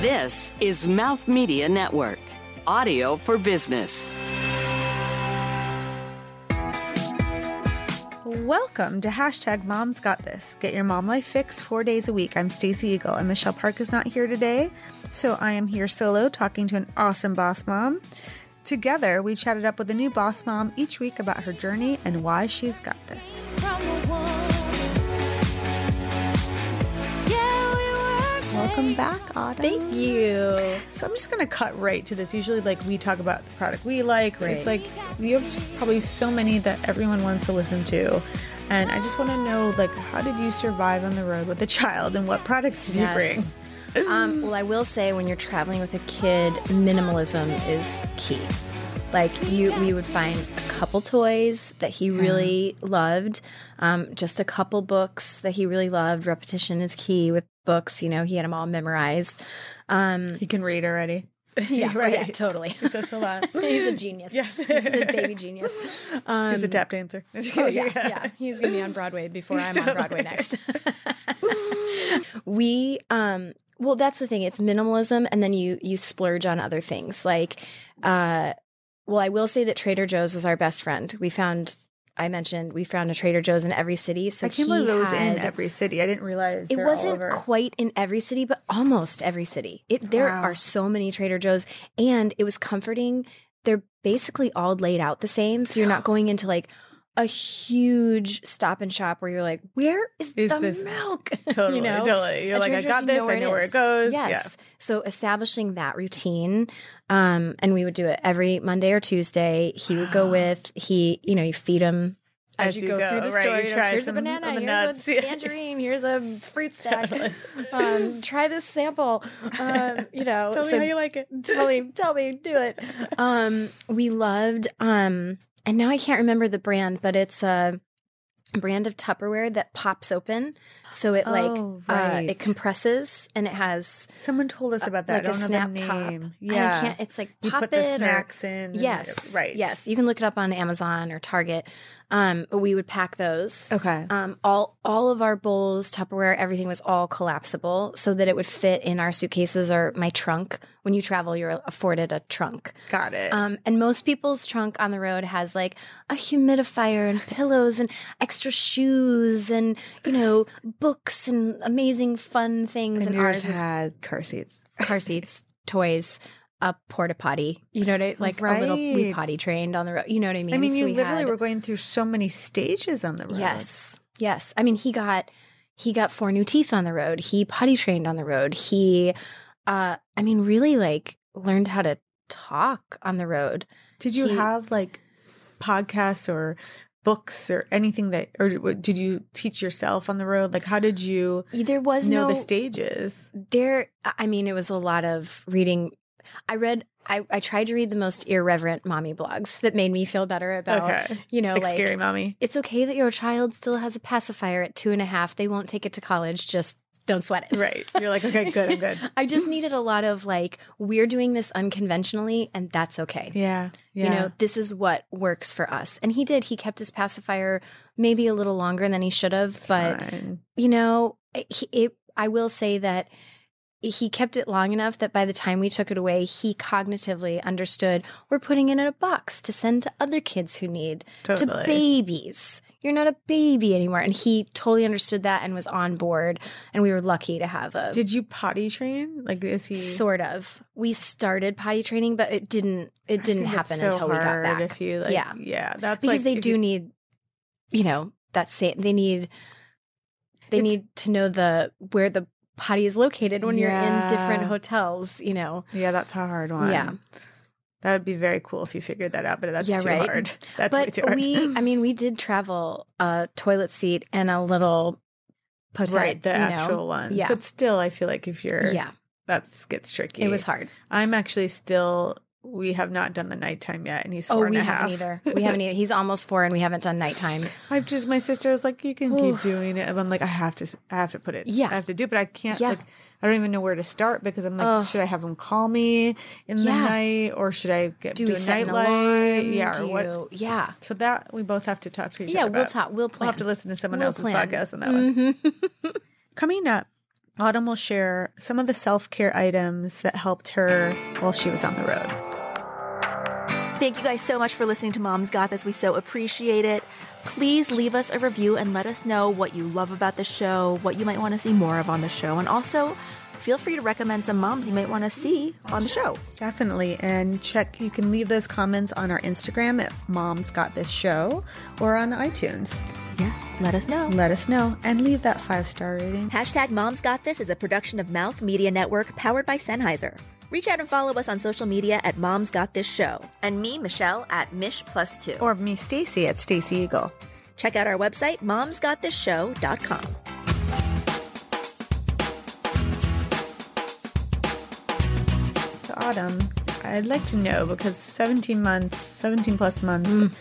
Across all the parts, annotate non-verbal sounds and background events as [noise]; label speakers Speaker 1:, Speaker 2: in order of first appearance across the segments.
Speaker 1: This is Mouth Media Network, audio for business.
Speaker 2: Welcome to hashtag Mom's Got This. Get your mom life fix four days a week. I'm Stacey Eagle, and Michelle Park is not here today, so I am here solo talking to an awesome boss mom. Together, we chatted up with a new boss mom each week about her journey and why she's got this. Welcome back, Autumn.
Speaker 3: Thank you.
Speaker 2: So I'm just gonna cut right to this. Usually, like we talk about the product we like. It's
Speaker 3: Right.
Speaker 2: like you have probably so many that everyone wants to listen to, and I just want to know, like, how did you survive on the road with a child, and what products did you bring?
Speaker 3: bring? um, well, I will say when you're traveling with a kid, minimalism is key. Like you, we would find a couple toys that he really
Speaker 2: Mm-hmm.
Speaker 3: loved, um, just a couple books that he really loved. Repetition is key with books. You know, he had them all memorized. Um,
Speaker 2: You can read [laughs] already.
Speaker 3: [laughs] yeah,
Speaker 2: right.
Speaker 3: yeah,
Speaker 2: [laughs]
Speaker 3: totally.
Speaker 2: He says a lot.
Speaker 3: He's a genius.
Speaker 2: Yes.
Speaker 3: he's a baby genius.
Speaker 2: [laughs]
Speaker 3: Um,
Speaker 2: He's a tap [laughs] dancer.
Speaker 3: Oh yeah, yeah. He's gonna be on Broadway before I'm on Broadway next. [laughs] we um well that's the thing, it's minimalism and then you you splurge on other things. Like uh well I will say that Trader Joe's was our best friend. We found I mentioned we found a Trader Joe's in every city. So
Speaker 2: I can't
Speaker 3: he
Speaker 2: believe it was in
Speaker 3: had-
Speaker 2: every city. I didn't realize
Speaker 3: it
Speaker 2: they're all
Speaker 3: wasn't
Speaker 2: over. [laughs]
Speaker 3: quite in every city, but almost every city. It, there
Speaker 2: Wow.
Speaker 3: are so many Trader Joe's, and it was comforting. They're basically all laid out the same, so
Speaker 2: [gasps]
Speaker 3: you're not going into like a huge stop and shop where you're like, "Where is,
Speaker 2: Is
Speaker 3: the
Speaker 2: this-
Speaker 3: milk?" [laughs]
Speaker 2: Totally, totally. You're
Speaker 3: At
Speaker 2: like,
Speaker 3: Trader
Speaker 2: "I
Speaker 3: Joe's,
Speaker 2: got
Speaker 3: you
Speaker 2: this, I know where it
Speaker 3: is."
Speaker 2: goes. Yeah. [laughs]
Speaker 3: Yes. So establishing that routine, um, and we would do it every Monday or Tuesday. He would go with he, you know, you feed him. As, you, go, through the
Speaker 2: right,
Speaker 3: store,
Speaker 2: you
Speaker 3: you know,
Speaker 2: try
Speaker 3: here's
Speaker 2: some
Speaker 3: a banana,
Speaker 2: of the
Speaker 3: here's
Speaker 2: nuts. [laughs]
Speaker 3: a tangerine, here's a fruit stack. Um, try this
Speaker 2: [laughs]
Speaker 3: sample. Um, you know,
Speaker 2: Tell me
Speaker 3: so
Speaker 2: how you like it.
Speaker 3: tell me, tell me, do it. Um, we loved, um, and now I can't remember the brand, but it's a brand of Tupperware that pops open, so it like
Speaker 2: Oh,
Speaker 3: uh,
Speaker 2: right.
Speaker 3: it compresses and it has
Speaker 2: Someone told us about that.
Speaker 3: like
Speaker 2: I
Speaker 3: a
Speaker 2: don't
Speaker 3: snap
Speaker 2: know the
Speaker 3: top.
Speaker 2: name.
Speaker 3: And I
Speaker 2: Yeah,
Speaker 3: can't- it's like
Speaker 2: you
Speaker 3: pop
Speaker 2: put the
Speaker 3: it or-
Speaker 2: snacks in. and-
Speaker 3: Yes.
Speaker 2: right.
Speaker 3: Yes. You can look it up on Amazon or Target. Um, but we would pack those.
Speaker 2: Okay.
Speaker 3: Um, all all of our bowls, Tupperware, everything was all collapsible so that it would fit in our suitcases or my trunk. When you travel, you're afforded a trunk.
Speaker 2: Got it.
Speaker 3: Um, and most people's trunk on the road has like a humidifier and pillows and extra shoes and
Speaker 2: [laughs]
Speaker 3: you know books and amazing fun things.
Speaker 2: and
Speaker 3: And,
Speaker 2: yours
Speaker 3: ours was
Speaker 2: had car seats.
Speaker 3: car seats, toys, a porta potty. You know what I like a little we
Speaker 2: Right.
Speaker 3: potty trained on the road. You know what I mean?
Speaker 2: I mean,
Speaker 3: So
Speaker 2: you
Speaker 3: we
Speaker 2: literally
Speaker 3: had-
Speaker 2: were going through so many stages on the road.
Speaker 3: Yes. Yes. I mean, he got he got four new teeth on the road. He potty trained on the road. He uh I mean, really like learned how to talk on the road.
Speaker 2: Did you
Speaker 3: He-
Speaker 2: have like podcasts or books or anything that, or w- did you teach yourself on the road? Like, how did you
Speaker 3: There was
Speaker 2: know
Speaker 3: no
Speaker 2: the stages?
Speaker 3: there I mean, it was a lot of reading. I read I, I tried to read the most irreverent mommy blogs that made me feel better about
Speaker 2: okay.
Speaker 3: you know
Speaker 2: Like,
Speaker 3: like
Speaker 2: scary mommy.
Speaker 3: it's okay that your child still has a pacifier at two and a half. They won't take it to college. Just don't sweat it.
Speaker 2: Right. You're like, okay, good, I'm
Speaker 3: [laughs]
Speaker 2: good.
Speaker 3: I just needed a lot of like, we're doing this unconventionally and that's okay.
Speaker 2: Yeah. Yeah.
Speaker 3: You know, this is what works for us. And he did. He kept his pacifier maybe a little longer than he should have, but
Speaker 2: Fine.
Speaker 3: you know, it, it, I will say that he kept it long enough that by the time we took it away, he cognitively understood we're putting it in a box to send to other kids who need
Speaker 2: Totally.
Speaker 3: to babies. You're not a baby anymore. And he totally understood that and was on board. And we were lucky to have a
Speaker 2: Did you potty train? Like, is he
Speaker 3: sort of. We started potty training, but it didn't it
Speaker 2: I
Speaker 3: didn't
Speaker 2: think it's
Speaker 3: happen
Speaker 2: so
Speaker 3: until we got
Speaker 2: hard
Speaker 3: back.
Speaker 2: If you, like, yeah,
Speaker 3: Yeah.
Speaker 2: yeah, that's
Speaker 3: because
Speaker 2: like,
Speaker 3: they
Speaker 2: if
Speaker 3: do
Speaker 2: you-
Speaker 3: need you know, that same they need they
Speaker 2: It's-
Speaker 3: need to know the where the potty is located when you're in different
Speaker 2: Yeah.
Speaker 3: hotels, you know.
Speaker 2: Yeah, that's a hard one.
Speaker 3: Yeah.
Speaker 2: that would be very cool if you figured that out, but that's
Speaker 3: Yeah,
Speaker 2: too
Speaker 3: right.
Speaker 2: hard. That's way
Speaker 3: but
Speaker 2: too hard.
Speaker 3: we I mean we did travel a toilet seat and a little potette,
Speaker 2: right the
Speaker 3: you know?
Speaker 2: actual ones,
Speaker 3: Yeah.
Speaker 2: but still, I feel like if you're
Speaker 3: Yeah.
Speaker 2: that gets tricky.
Speaker 3: It was hard.
Speaker 2: I'm actually still. We have not done the nighttime yet, and he's
Speaker 3: Oh,
Speaker 2: four and
Speaker 3: we
Speaker 2: a half.
Speaker 3: haven't either. We haven't either. He's almost four, and we haven't done nighttime.
Speaker 2: I've just my sister was like, "You can keep
Speaker 3: Oof.
Speaker 2: doing it," and I'm like, "I have to, I have to put it.
Speaker 3: Yeah.
Speaker 2: I have to do, it, but I can't.
Speaker 3: Yeah.
Speaker 2: Like, I don't even know where to start because I'm like,
Speaker 3: Ugh.
Speaker 2: should I have him call me in the
Speaker 3: Yeah.
Speaker 2: night, or should I get [gasps]
Speaker 3: Do,
Speaker 2: do
Speaker 3: we
Speaker 2: a
Speaker 3: set an
Speaker 2: nightlight?
Speaker 3: alarm?
Speaker 2: Yeah, or
Speaker 3: Do
Speaker 2: what?
Speaker 3: you- Yeah,
Speaker 2: So that we both have to talk to each
Speaker 3: yeah.
Speaker 2: other.
Speaker 3: We'll
Speaker 2: about.
Speaker 3: talk. We'll plan. Mm-hmm.
Speaker 2: We'll have to listen to someone
Speaker 3: We'll
Speaker 2: else's
Speaker 3: [laughs] plan.
Speaker 2: podcast on that one. Coming up, Autumn will share some of the self care items that helped her while she was on the road.
Speaker 4: Thank you guys so much for listening to Mom's Got This. We so appreciate it. Please leave us a review and let us know what you love about the show, what you might want to see more of on the show, and also feel free to recommend some moms you might want to see on the show.
Speaker 2: Definitely. And check, you can leave those comments on our Instagram at Mom's Got This Show or on iTunes.
Speaker 4: Yes, let us know.
Speaker 2: Let us know and leave that five star rating.
Speaker 4: Hashtag Moms Got This is a production of Mouth Media Network powered by Sennheiser. Reach out and follow us on social media at Moms Got This Show. And me, Michelle, at Mish Plus Two. Or
Speaker 2: Or me, Stacy, at Stacy Eagle.
Speaker 4: check out our website, momsgotthishow.com.
Speaker 2: So, Autumn, I'd like to know because 17 months, 17 plus months,
Speaker 3: Mm.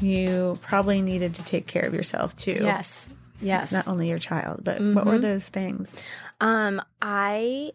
Speaker 2: you probably needed to take care of yourself too.
Speaker 3: Yes. Mm-hmm. Yes.
Speaker 2: Not only your child, but what were those things?
Speaker 3: Um, I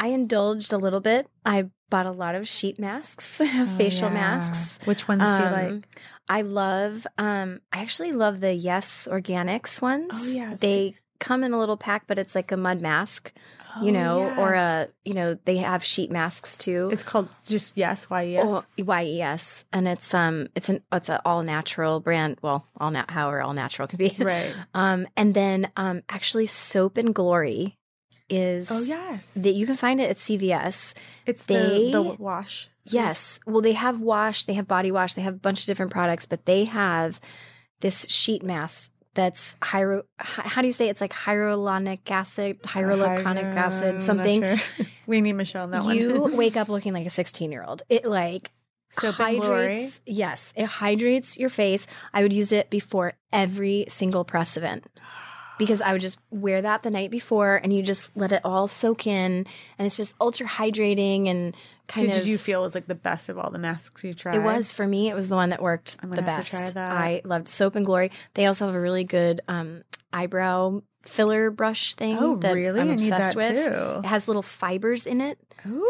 Speaker 3: I indulged a little bit. I bought a lot of sheet masks, [laughs] facial
Speaker 2: Yeah.
Speaker 3: masks.
Speaker 2: Which ones do you
Speaker 3: Um,
Speaker 2: like?
Speaker 3: I love. Um, I actually love the Yes Organics ones.
Speaker 2: Oh, yeah, I've
Speaker 3: they come in a little pack, but it's like a mud mask,
Speaker 2: Oh,
Speaker 3: you know, or a you know they have sheet masks too.
Speaker 2: It's called just yes, why yes.
Speaker 3: Oh, YES, and it's um, it's an it's an all natural brand. Well, all nat, however, all natural can be.
Speaker 2: Right.
Speaker 3: [laughs] Um, and then um, actually, Soap and Glory is
Speaker 2: Oh yes.
Speaker 3: that you can find it at CVS.
Speaker 2: it's
Speaker 3: they-
Speaker 2: the, the wash.
Speaker 3: Yes. Well, they have wash, they have body wash, they have a bunch of different products, but they have this sheet mask that's hyro. hy- How do you say it? it's like hyaluronic acid, hyaluronic
Speaker 2: I'm
Speaker 3: acid,
Speaker 2: not
Speaker 3: something.
Speaker 2: sure. [laughs] we need Michelle on that [laughs]
Speaker 3: You
Speaker 2: one.
Speaker 3: wake up looking like a sixteen-year-old. It like
Speaker 2: Soap and Glory.
Speaker 3: hydrates. Yes, it hydrates your face. I would use it before every single press event because I would just wear that the night before, and you just let it all soak in, and it's just ultra hydrating and
Speaker 2: So
Speaker 3: kind of.
Speaker 2: did you feel was like the best of all the masks you tried?
Speaker 3: It was for me. It was the one that worked
Speaker 2: I'm
Speaker 3: the
Speaker 2: gonna have to
Speaker 3: best.
Speaker 2: try that.
Speaker 3: I loved Soap and Glory. They also have a really good um, eyebrow filler brush thing.
Speaker 2: Oh,
Speaker 3: that
Speaker 2: really?
Speaker 3: I'm
Speaker 2: I need that
Speaker 3: obsessed with.
Speaker 2: too.
Speaker 3: It has little fibers in it,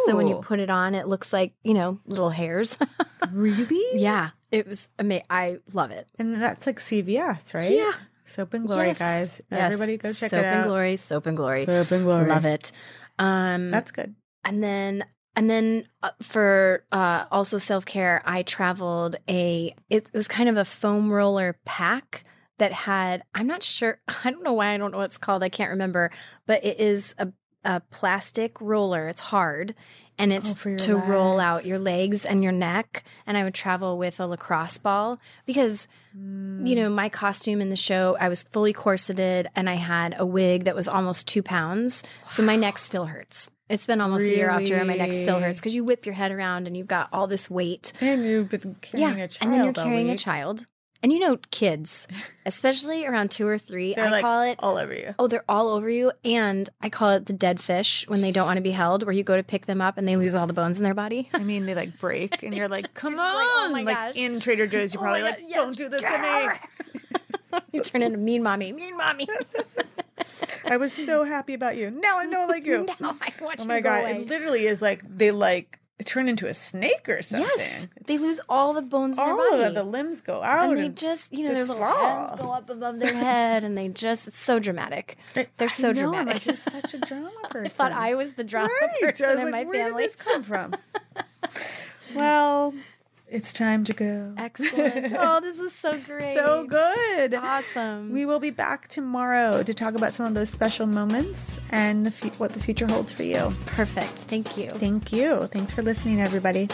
Speaker 3: so when you
Speaker 2: Ooh.
Speaker 3: put it on, it looks like you know little hairs. [laughs]
Speaker 2: Really? [laughs]
Speaker 3: yeah, it was amazing. I love it.
Speaker 2: And that's like CVS, right?
Speaker 3: Yeah.
Speaker 2: Soap and Glory,
Speaker 3: Yes.
Speaker 2: guys.
Speaker 3: Yes.
Speaker 2: Everybody go check
Speaker 3: Soap
Speaker 2: it out.
Speaker 3: and Glory. Soap and Glory.
Speaker 2: Soap and Glory.
Speaker 3: Love it. Um,
Speaker 2: That's good.
Speaker 3: and then and then uh, for uh, also self care, I traveled a it was kind of a foam roller pack that had I'm not sure [laughs] I don't know why I don't know what it's called I can't remember but it is a a plastic roller it's hard and it's
Speaker 2: Oh, for your
Speaker 3: to roll out
Speaker 2: legs.
Speaker 3: your legs and your neck and I would travel with a lacrosse ball because
Speaker 2: Mm.
Speaker 3: you know, my costume in the show, I was fully corseted and I had a wig that was almost two pounds. So my neck still hurts. It's been almost a year after and my neck still
Speaker 2: Really?
Speaker 3: hurts because you whip your head around and you've got all this weight.
Speaker 2: And you've been carrying
Speaker 3: yeah.
Speaker 2: a child.
Speaker 3: and then you're
Speaker 2: all
Speaker 3: carrying a
Speaker 2: week.
Speaker 3: child. And you know,
Speaker 2: [laughs]
Speaker 3: kids, especially around two or 3
Speaker 2: They're
Speaker 3: I
Speaker 2: like
Speaker 3: call it
Speaker 2: all over
Speaker 3: [laughs]
Speaker 2: you.
Speaker 3: Oh, they're all over you. And I call it the dead fish when they don't want to be held, where you go to pick them up and they lose all the bones in their body. [laughs]
Speaker 2: I mean, they like break, and [laughs] you're like, "Come
Speaker 3: just like,
Speaker 2: on!"
Speaker 3: "Oh my
Speaker 2: like
Speaker 3: gosh."
Speaker 2: in Trader Joe's, [laughs] you're
Speaker 3: Oh my
Speaker 2: probably
Speaker 3: God,
Speaker 2: like,
Speaker 3: yes,
Speaker 2: "Don't do this
Speaker 3: get
Speaker 2: to
Speaker 3: [laughs]
Speaker 2: me."
Speaker 3: over it. you turn into
Speaker 2: [laughs]
Speaker 3: mean mommy, mean mommy.
Speaker 2: I was so happy about you. Now I know like
Speaker 3: [laughs]
Speaker 2: you.
Speaker 3: No, I want
Speaker 2: oh
Speaker 3: you
Speaker 2: my
Speaker 3: to go
Speaker 2: god!
Speaker 3: away.
Speaker 2: It literally is like they like turn into a snake or something.
Speaker 3: Yes, they
Speaker 2: It's
Speaker 3: lose all the bones in
Speaker 2: all
Speaker 3: their
Speaker 2: of
Speaker 3: body.
Speaker 2: it. The limbs go out,
Speaker 3: and they just, you know,
Speaker 2: just
Speaker 3: their little
Speaker 2: fall.
Speaker 3: hands go up above their head, and they just—it's so dramatic.
Speaker 2: I-
Speaker 3: They're so
Speaker 2: I know, I'm
Speaker 3: dramatic.
Speaker 2: like, you're such a drama person.
Speaker 3: I thought I was the drama person
Speaker 2: I was
Speaker 3: in
Speaker 2: like,
Speaker 3: my
Speaker 2: where
Speaker 3: family.
Speaker 2: did this come
Speaker 3: [laughs]
Speaker 2: from? well, it's time to go.
Speaker 3: [laughs] Excellent. Oh, this was so
Speaker 2: [laughs]
Speaker 3: great.
Speaker 2: So good.
Speaker 3: Awesome.
Speaker 2: We will be back tomorrow to talk about some of those special moments and the fu- what the future holds for you.
Speaker 3: Perfect. Thank you.
Speaker 2: Thank you. Thanks for listening, everybody.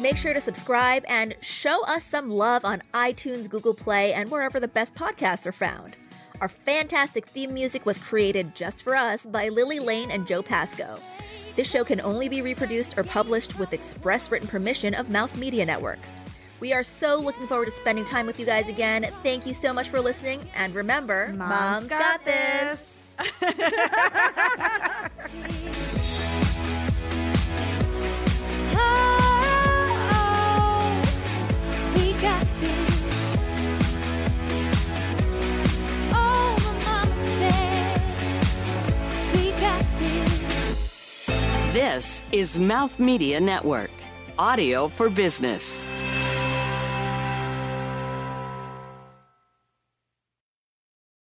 Speaker 4: Make sure to subscribe and show us some love on iTunes, Google Play, and wherever the best podcasts are found. Our fantastic theme music was created just for us by Lily Lane and Joe Pasco. This show can only be reproduced or published with express written permission of Mouth Media Network. We are so looking forward to spending time with you guys again. Thank you so much for listening, and remember, Mom's, got, this.
Speaker 5: We got this. Oh, my mama said we got this.
Speaker 1: This is Mouth Media Network. Audio for Business.